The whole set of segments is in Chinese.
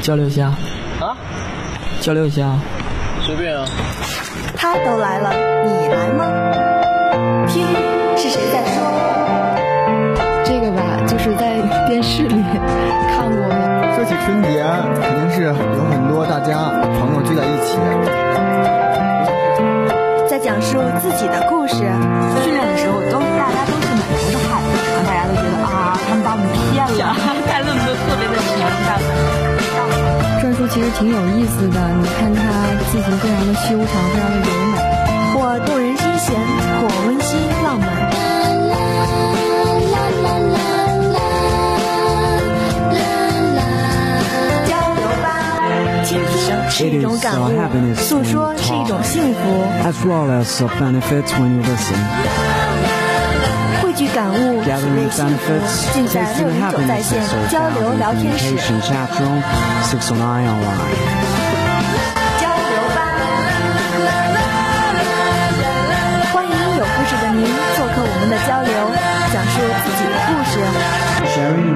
交流一下，啊，交流一下。随便啊。他都来了，你来吗？听，是谁在说？这个吧，就是在电视里看过的。说起春节，啊肯定是有很多大家朋友聚在一起，在讲述自己的故事。训练的时候都，都大家都是满头的汗，然后大家都觉得啊，他们把我们 骗了，带论文特别的沉，大胆。篆书其实挺有意思的，你看它字形非常的修长，非常的柔美，或动人心弦，或温馨浪漫。交流吧，倾听是一种感悟，诉说是一种幸福。 As well as benefits when you listen. 汇聚感悟，品味幸福，尽在六零九在线交流聊天室。oh 交流吧，欢迎有故事的您做客我们的交流，讲述自己的故事。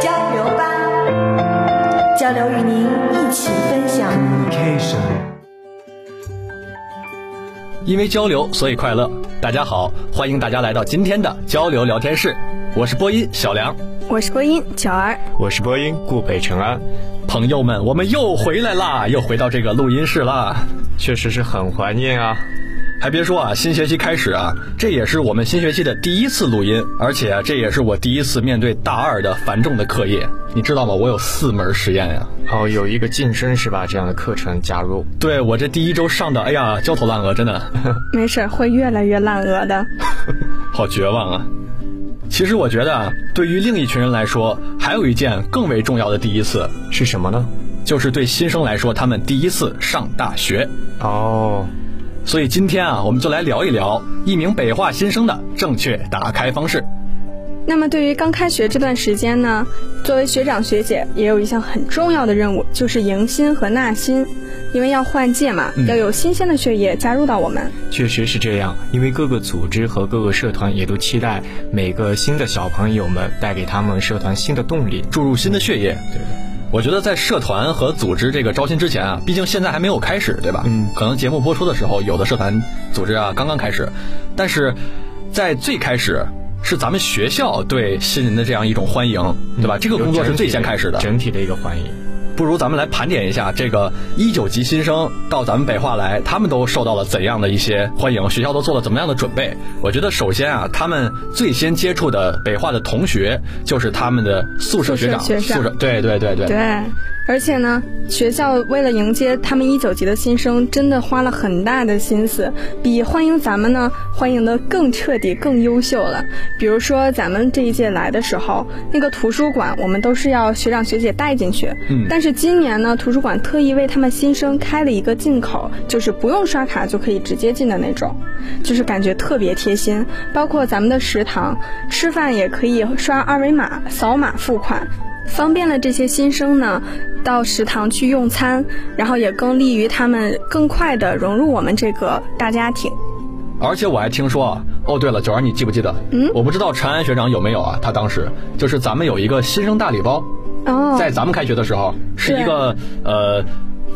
交流吧，交流与您一起分享。因为交流，所以快乐。大家好，欢迎大家来到今天的交流聊天室。我是播音小梁，我是播音巧儿，我是播音顾北辰安。朋友们，我们又回来啦，又回到这个录音室啦，确实是很怀念啊。还别说啊，新学期开始啊，这也是我们新学期的第一次录音，而且、啊、这也是我第一次面对大二的繁重的课业。你知道吗？我有四门实验呀、啊。哦，有一个晋升是吧？这样的课程加入。对我这第一周上的，哎呀，焦头烂额，真的。没事，会越来越烂额的。好绝望啊！其实我觉得啊，对于另一群人来说，还有一件更为重要的第一次是什么呢？就是对新生来说，他们第一次上大学。哦。所以今天啊，我们就来聊一聊一名北化新生的正确打开方式。那么，对于刚开学这段时间呢，作为学长学姐，也有一项很重要的任务，就是迎新和纳新，因为要换届嘛，嗯、要有新鲜的血液加入到我们。确实是这样，因为各个组织和各个社团也都期待每个新的小朋友们带给他们社团新的动力，注入新的血液。对的。我觉得在社团和组织这个招新之前啊，毕竟现在还没有开始，对吧？嗯，可能节目播出的时候，有的社团组织啊刚刚开始，但是在最开始是咱们学校对新人的这样一种欢迎，对吧？嗯、这个工作是最先开始的，整体的一个欢迎。不如咱们来盘点一下这个一九级新生到咱们北化来，他们都受到了怎样的一些欢迎？学校都做了怎么样的准备？我觉得首先啊，他们最先接触的北化的同学就是他们的宿舍学长，宿舍对对对对对。而且呢，学校为了迎接他们一九级的新生，真的花了很大的心思，比欢迎咱们呢欢迎的更彻底、更优秀了。比如说咱们这一届来的时候，那个图书馆我们都是要学长学姐带进去，嗯，但是今年呢，图书馆特意为他们新生开了一个进口，就是不用刷卡就可以直接进的那种，就是感觉特别贴心。包括咱们的食堂，吃饭也可以刷二维码扫码付款。方便了这些新生呢，到食堂去用餐，然后也更利于他们更快的融入我们这个大家庭。而且我还听说啊，哦对了，九儿你记不记得？嗯，我不知道陈安学长有没有啊？他当时就是咱们有一个新生大礼包，哦，在咱们开学的时候是一个呃。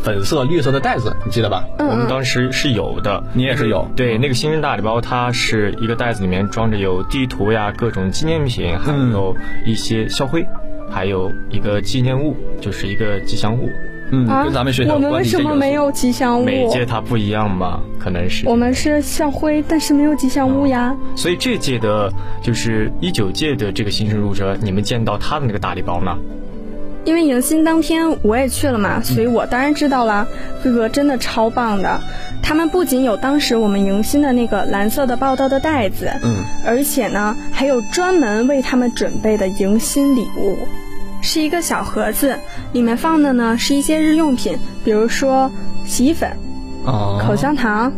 粉色、绿色的袋子，你记得吧？嗯嗯我们当时是有的，你也是有。嗯对，那个新生大礼包，它是一个袋子，里面装着有地图呀、各种纪念品，还有一些校徽，嗯、还有一个纪念物，就是一个吉祥物。嗯，啊、跟咱们学校我们为什么没有吉祥物？哦每届它不一样嘛，可能是我们是校徽，但是没有吉祥物呀。嗯、所以这届的，就是一九届的这个新生入职，你们见到他的那个大礼包呢？因为迎新当天我也去了嗯嘛，所以我当然知道了，哥哥真的超棒的。他们不仅有当时我们迎新的那个蓝色的报道的袋子，嗯，而且呢还有专门为他们准备的迎新礼物，是一个小盒子，里面放的呢是一些日用品，比如说洗衣粉、哦、口香糖，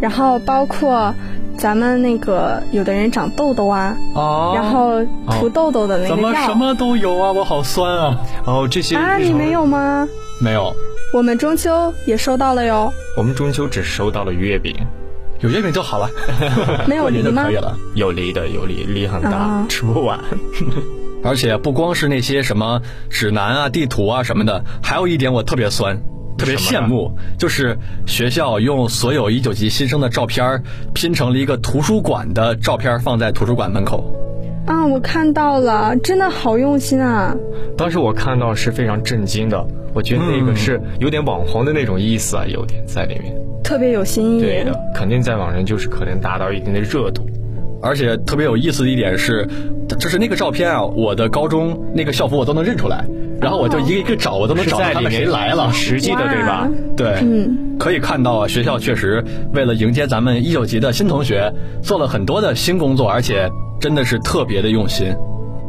然后包括。咱们那个有的人长痘痘啊，哦、然后涂痘痘的那哎个怎么什么都有啊？我好酸啊！哦，这些啊，你没有吗？没有， 我们中秋也收到了哟。我们中秋只收到了月饼。有月饼 就好了，没有过梨年就吗可以？了。有梨的，有梨，梨很大，啊吃不完。而且不光是那些什么指南啊、地图啊什么的，还有一点我特别酸。特别什么羡呢慕，就是学校用所有一九级新生的照片儿拼成了一个图书馆的照片儿，放在图书馆门口。啊，我看到了，真的好用心啊！当时我看到是非常震惊的，我觉得那个是有点网红的那种意思啊，有点在里面。特别有新意。对的，肯定在网上就是可能达到一定的热度。而且特别有意思的一点是，就是那个照片啊，我的高中那个校服我都能认出来，然后我就一个一个找，我都哦能是找在到他里们谁面来了。实际的对吧？对，嗯可以看到啊，学校确实为了迎接咱们一九级的新同学，做了很多的新工作，而且真的是特别的用心。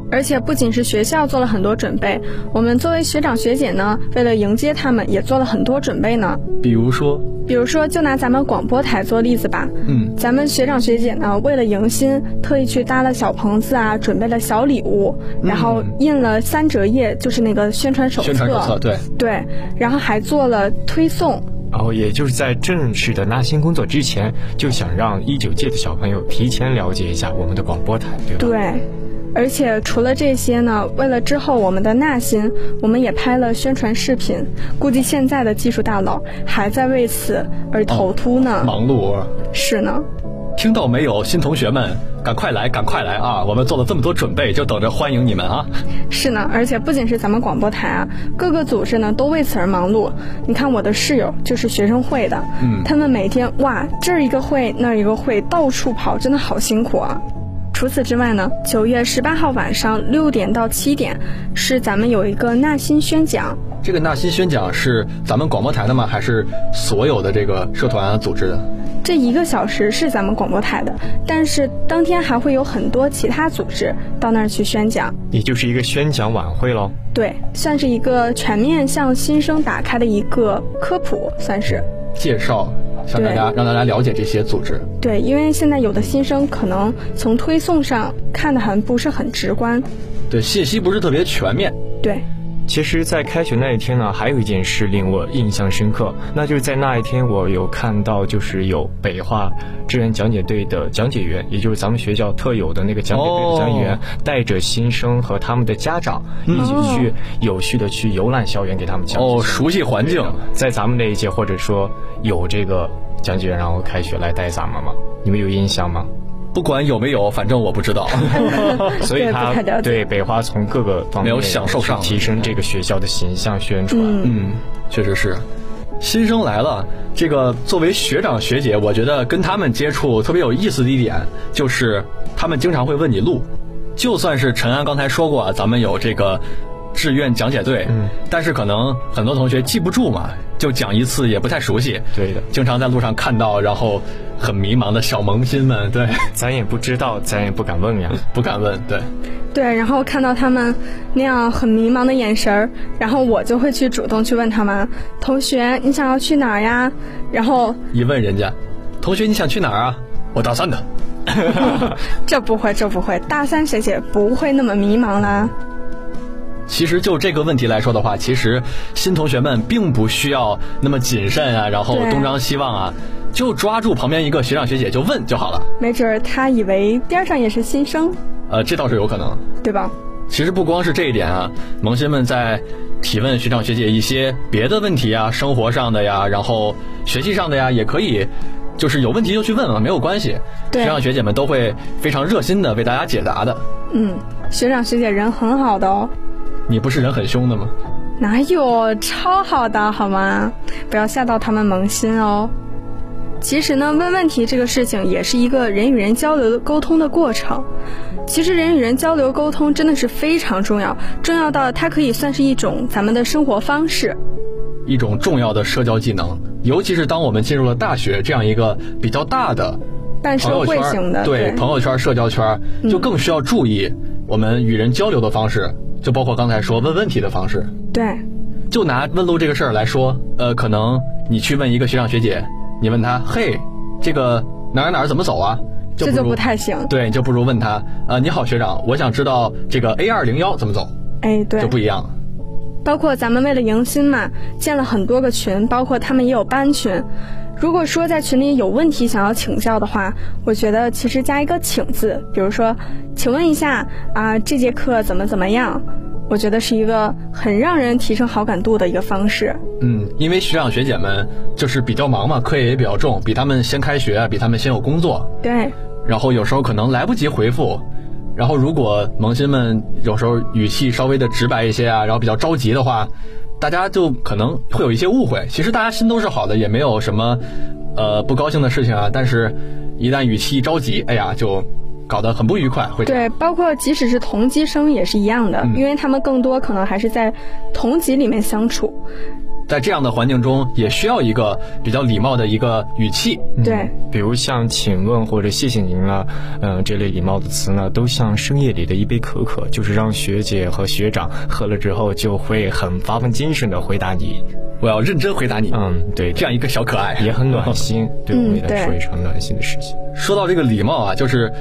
而且不仅是学校做了很多准备，我们作为学长学姐呢，为了迎接他们也做了很多准备呢。比如说，比如说，就拿咱们广播台做例子吧，嗯，咱们学长学姐呢，为了迎新，特意去搭了小棚子啊，准备了小礼物，然后印了三折页，就是那个宣传手嗯册，宣传手册，对，对，然后还做了推送，然后也就是在正式的拉新工作之前，就想让一九届的小朋友提前了解一下我们的广播台，对吧？对，而且除了这些呢，为了之后我们的纳新，我们也拍了宣传视频。估计现在的技术大佬还在为此而头秃呢。忙碌啊。是呢，听到没有，新同学们，赶快来，赶快来啊！我们做了这么多准备，就等着欢迎你们啊！是呢，而且不仅是咱们广播台啊，各个组织呢都为此而忙碌。你看我的室友就是学生会的，嗯他们每天哇这儿一个会那儿一个会，到处跑，真的好辛苦啊。除此之外呢，九月十八号晚上六点到七点是咱们有一个纳新宣讲，这个纳新宣讲是咱们广播台的吗？还是所有的这个社团、组织的？这一个小时是咱们广播台的，但是当天还会有很多其他组织到那儿去宣讲。也就是一个宣讲晚会喽。对，算是一个全面向新生打开的一个科普，算是介绍，向大家让大家了解这些组织。对，因为现在有的新生可能从推送上看的很不是很直观，对，信息不是特别全面。对，其实，在开学那一天呢，还有一件事令我印象深刻，那就是在那一天，我有看到就是有北化志愿讲解队的讲解员，也就是咱们学校特有的那个讲解队的讲解员，哦带着新生和他们的家长一起去有序的去游览校园，给他们讲解。哦，熟悉环境，在咱们那一届，或者说有这个讲解员，然后开学来带咱们吗？你们有印象吗？不管有没有，反正我不知 道。哦所以对他不太了解对北华从各个方面没有享受上去提升这个学校的形象宣传。嗯，确实是。新生来了，这个作为学长学姐，我觉得跟他们接触特别有意思的一点就是，他们经常会问你路。就算是陈安刚才说过啊，咱们有这个志愿讲解队，嗯但是可能很多同学记不住嘛，就讲一次也不太熟悉。对的经常在路上看到，然后很迷茫的小萌新们，对，咱也不知道，咱也不敢问呀。不敢问，对。对，然后看到他们那样很迷茫的眼神儿，然后我就会去主动去问他们，同学你想要去哪儿呀？然后一问人家，同学你想去哪儿啊？我大三的。这不会，这不会，大三学姐不会那么迷茫啦。其实就这个问题来说的话，其实新同学们并不需要那么谨慎啊，然后对东张西望啊，就抓住旁边一个学长学姐就问就好了。没准儿她以为边儿上也是新生，呃，这倒是有可能。对吧？其实不光是这一点啊，萌新们在提问学长学姐一些别的问题啊，生活上的呀，然后学习上的呀，也可以，就是有问题就去问嘛，啊没有关系。对学长学姐们都会非常热心的为大家解答的。嗯，学长学姐人很好的哦，你不是人很凶的吗？ 哪有超好的好吗？不要吓到他们萌新哦。其实呢，问问题这个事情也是一个人与人交流的沟通的过程。其实人与人交流沟通真的是非常重要，重要到它可以算是一种咱们的生活方式。一种重要的社交技能，尤其是当我们进入了大学这样一个比较大的半朋社友会圈儿，型的，嗯对朋友圈儿、社交圈儿，就更需要注意我们与人交流的方式，就包括刚才说问问题的方式。对，就拿问路这个事儿来说，呃，可能你去问一个学长学姐，你问他，嘿，这个哪儿哪儿怎么走啊？这不就如不太行。对，你就不如问他，呃，你好学长，我想知道这个 A 二零幺怎么走，哎，对，就不一样了。包括咱们为了迎新嘛，建了很多个群，包括他们也有班群。如果说在群里有问题想要请教的话，我觉得其实加一个“请”字，比如说，请问一下啊、这节课怎么怎么样？我觉得是一个很让人提升好感度的一个方式。嗯，因为学长学姐们就是比较忙嘛，课业也比较重，比他们先开学，啊比他们先有工作，对，然后有时候可能来不及回复。然后，如果萌新们有时候语气稍微的直白一些啊，然后比较着急的话，大家就可能会有一些误会。其实大家心都是好的，也没有什么呃不高兴的事情啊。但是，一旦语气一着急，哎呀，就搞得很不愉快，会这样。对，包括即使是同级生也是一样的，因为他们更多可能还是在同级里面相处。在这样的环境中，也需要一个比较礼貌的一个语气。对，比如像“请问”或者“谢谢您”啊，嗯、这类礼貌的词呢，都像深夜里的一杯可可，就是让学姐和学长喝了之后就会很发奋精神的回答你。我要认真回答你。嗯，对，这样一个小可爱也很暖心，对我嗯们也来说对也是很暖心的事情。说到这个礼貌啊，就是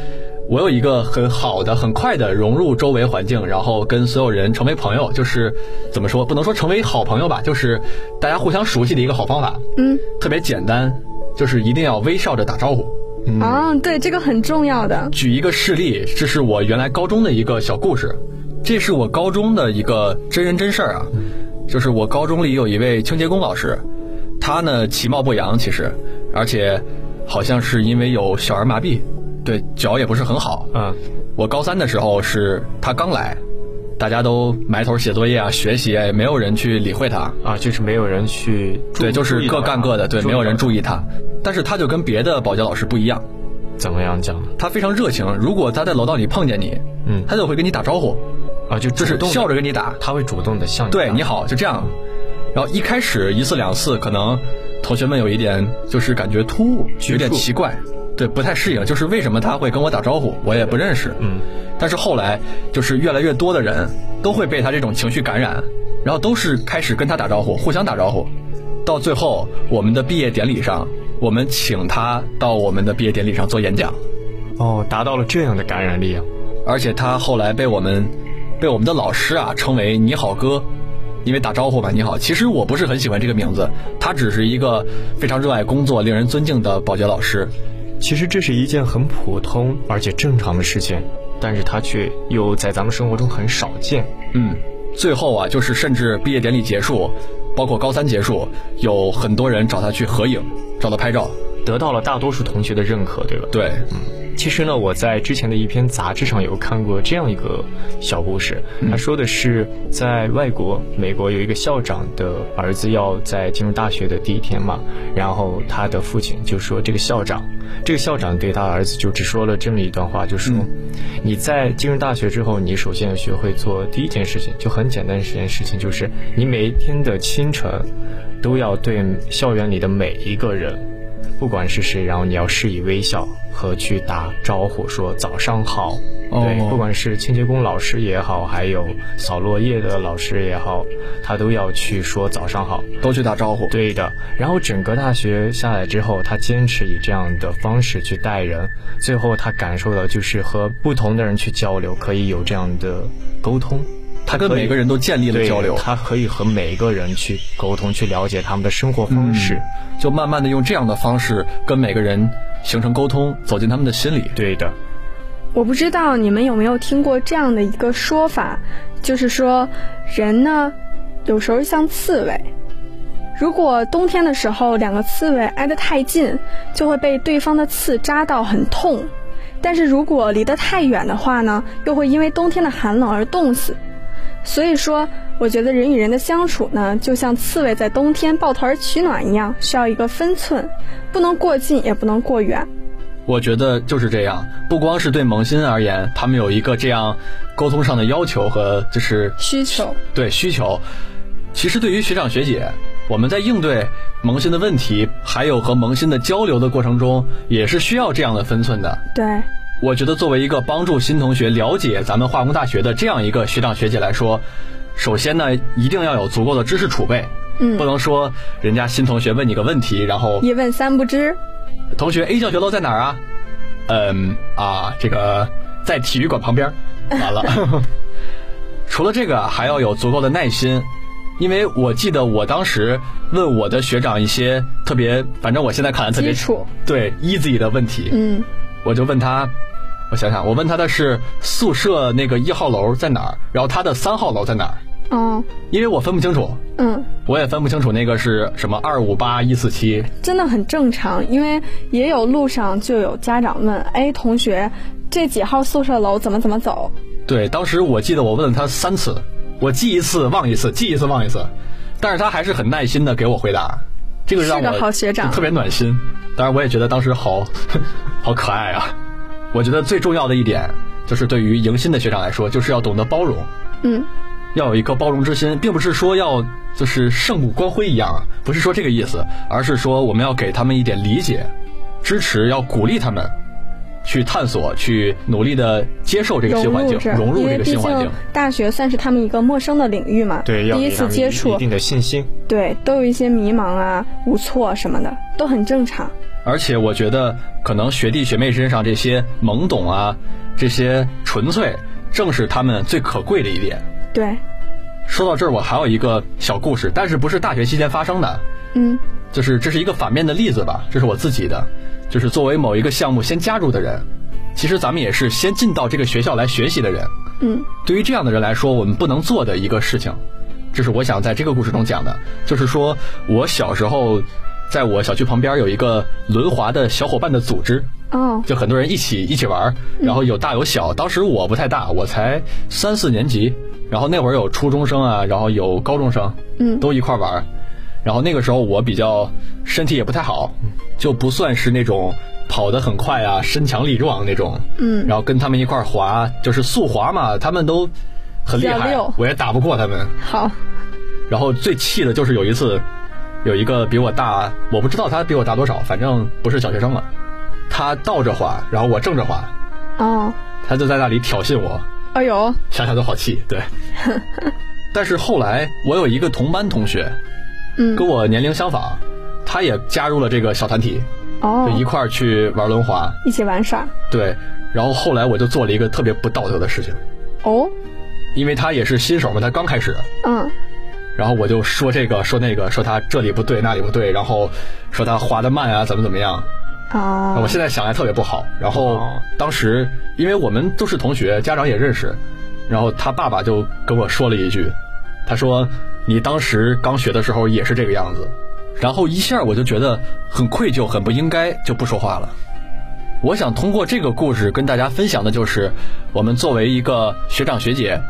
我有一个很好的、很快的融入周围环境，然后跟所有人成为朋友，就是怎么说，不能说成为好朋友吧，就是大家互相熟悉的一个好方法。 嗯，特别简单，就是一定要微笑着打招呼。啊，对，这个很重要的。举一个事例，这是我原来高中的一个小故事，这是我高中的一个真人真事儿啊，就是我高中里有一位清洁工老师，他呢其貌不扬，其实，而且好像是因为有小儿麻痹，对脚也不是很好，嗯，我高三的时候是他刚来，大家都埋头写作业啊，学习啊，也没有人去理会他。啊，就是没有人去注对，就注是意到各干他各的，对，没有人注意意他。但是他就跟别的保洁老师不一样，到怎么样讲他非常热情。如果他在楼道里碰见你，嗯他就会跟你打招呼，啊，就就是主动地笑着跟你打。他会主动的向你对，搭你好，就这样。然后一开始一次两次，可能同学们有一点就是感觉突兀，有点奇怪，对，不太适应，就是为什么他会跟我打招呼，我也不认识。嗯，但是后来就是越来越多的人都会被他这种情绪感染，然后都是开始跟他打招呼，互相打招呼，到最后我们的毕业典礼上，我们请他到我们的毕业典礼上做演讲，哦，达到了这样的感染力啊！而且他后来被我们被我们的老师啊称为“你好哥”，因为打招呼嘛，你好。其实我不是很喜欢这个名字，他只是一个非常热爱工作、令人尊敬的保洁老师。其实这是一件很普通而且正常的事情，但是它却又在咱们生活中很少见。嗯，最后啊，就是甚至毕业典礼结束，包括高三结束，有很多人找他去合影，找他拍照。得到了大多数同学的认可，对吧？对，其实呢，我在之前的一篇杂志上有看过这样一个小故事，他说的是在外国，美国有一个校长的儿子要在进入大学的第一天嘛，然后他的父亲就说这个校长，这个校长对他儿子就只说了这么一段话，就说、你在进入大学之后，你首先要学会做第一件事情，就很简单的一件事情，就是你每一天的清晨都要对校园里的每一个人。不管是谁，然后你要施以微笑和去打招呼，说早上好。哦对，不管是清洁工老师也好，还有扫落叶的老师也好，他都要去说早上好。都去打招呼。对的。然后整个大学下来之后，他坚持以这样的方式去待人，最后他感受到就是和不同的人去交流，可以有这样的沟通。他跟每个人都建立了对交流，他可以和每一个人去沟通，去了解他们的生活方式。就慢慢的用这样的方式跟每个人形成沟通，走进他们的心里。对的。我不知道你们有没有听过这样的一个说法，就是说，人呢，有时候像刺猬，如果冬天的时候两个刺猬挨得太近，就会被对方的刺扎到很痛；但是如果离得太远的话呢，又会因为冬天的寒冷而冻死。所以说，我觉得人与人的相处呢，就像刺猬在冬天抱团取暖一样，需要一个分寸，不能过近，也不能过远。我觉得就是这样，不光是对萌新而言，他们有一个这样沟通上的要求和就是需求。对需求。其实对于学长学姐，我们在应对萌新的问题，还有和萌新的交流的过程中，也是需要这样的分寸的。对，我觉得作为一个帮助新同学了解咱们化工大学的这样一个学长学姐来说，首先呢，一定要有足够的知识储备，嗯不能说人家新同学问你个问题，然后一问三不知。同学 A 教学楼在哪儿啊？嗯啊，这个在体 育馆旁边儿。完了，除了这个，还要有足够的耐心，因为我记得我当时问我的学长一些特别，反正我现在看来特别基础对 easy 的问题，嗯，我就问他，我想想，我问他的是宿舍那个一号楼在哪儿，然后他的三号楼在哪儿，哦，因为我分不清楚，嗯，我也分不清楚那个是什么二五八一四七，真的很正常，因为也有路上就有家长问，哎，同学，这几号宿舍楼怎么怎么走？对，当时我记得我问了他三次，我记一次忘一次，记一次忘一次，但是他还是很耐心的给我回答，这个让是个我好学长特别暖心。当然，我也觉得当时好 好可爱啊。我觉得最重要的一点就是对于迎新的学长来说，就是要懂得包容，嗯，要有一颗包容之心，并不是说要就是圣母光辉一样，啊，不是说这个意思，而是说我们要给他们一点理解、支持，要鼓励他们。去探索，去努力的接受这个新融环入境，这，融入因这为个毕新环竟境。大学算是他们一个陌生的领域嘛，对，要第给一他次们接触一，定的信心。对，都有一些迷茫啊、无措什么的，都很正常。而且我觉得，可能学弟学妹身上这些懵懂啊，这些纯粹，正是他们最可贵的一点。对，说到这儿，我还有一个小故事，但是不是大学期间发生的，嗯就是这是一个反面的例子吧，这是我自己的，就是作为某一个项目先加入的人，其实咱们也是先进到这个学校来学习的人。嗯，对于这样的人来说，我们不能做的一个事情，这是我想在这个故事中讲的，就是说我小时候，在我小区旁边有一个轮滑的小伙伴的组织，哦，就很多人一起一起玩儿，然后有大有小。当时我不太大，我才三四年级，然后那会儿有初中生啊，然后有高中生，嗯都一块儿玩儿。然后那个时候我比较身体也不太好，就不算是那种跑得很快啊、身强力壮那种。嗯然后跟他们一块儿滑，就是速滑嘛，他们都很厉比较害溜，我也打不过他们。好，然后最气的就是有一次，有一个比我大，我不知道他比我大多少，反正不是小学生了。他倒着滑，然后我正着滑，哦，他就在那里挑衅我，哎呦，想想都好气。对，但是后来我有一个同班同学，嗯跟，我年龄相仿，他也加入了这个小团体，就哦，一块儿去玩轮滑。一起玩耍，对，然后后来我就做了一个特别不道德的事情，哦，因为他也是新手嘛，他刚开始，嗯，然后我就说这个说那个，说他这里不对那里不对，然后说他滑得慢啊，怎么怎么样。哦，我现在想来特别不好。然后当时因为我们都是同学，家长也认识，然后他爸爸就跟我说了一句，他说你当时刚学的时候也是这个样子。然后一下我就觉得很愧疚，很不应该，就不说话了。我想通过这个故事跟大家分享的就是，我们作为一个学长学姐，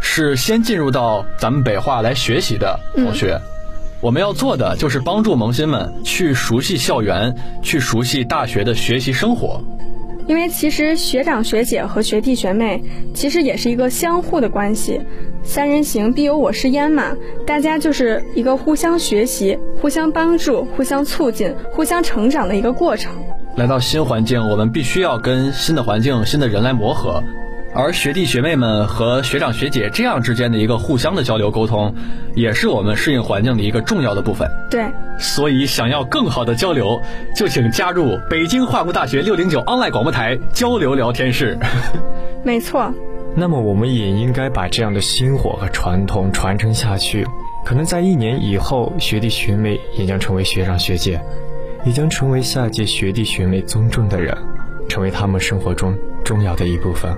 是先进入到咱们北化来学习的同学，我们要做的就是帮助萌新们去熟悉校园，去熟悉大学的学习生活。因为其实学长学姐和学弟学妹其实也是一个相互的关系，三人行必有我师焉嘛，大家就是一个互相学习、互相帮助、互相促进、互相成长的一个过程。来到新环境，我们必须要跟新的环境、新的人来磨合。而学弟学妹们和学长学姐这样之间的一个互相的交流沟通，也是我们适应环境的一个重要的部分。对，所以，想要更好的交流，就请加入北京化工大学六零九 online 广播台交流聊天室。没错，那么我们也应该把这样的薪火和传统传承下去。可能在一年以后，学弟学妹也将成为学长学姐，也将成为下届学弟学妹尊重的人，成为他们生活中重要的一部分。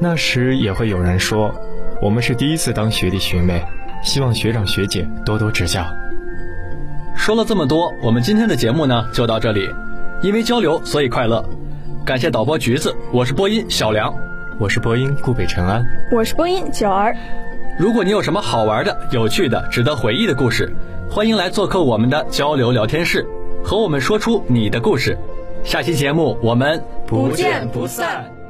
那时也会有人说，我们是第一次当学弟学妹，希望学长学姐多多指教。说了这么多，我们今天的节目呢就到这里。因为交流，所以快乐。感谢导播橘子，我是播音小梁。我是播音顾北辰安。我是播音九儿，如果你有什么好玩的、有趣的、值得回忆的故事，欢迎来做客我们的交流聊天室，和我们说出你的故事。下期节目我们不见不散。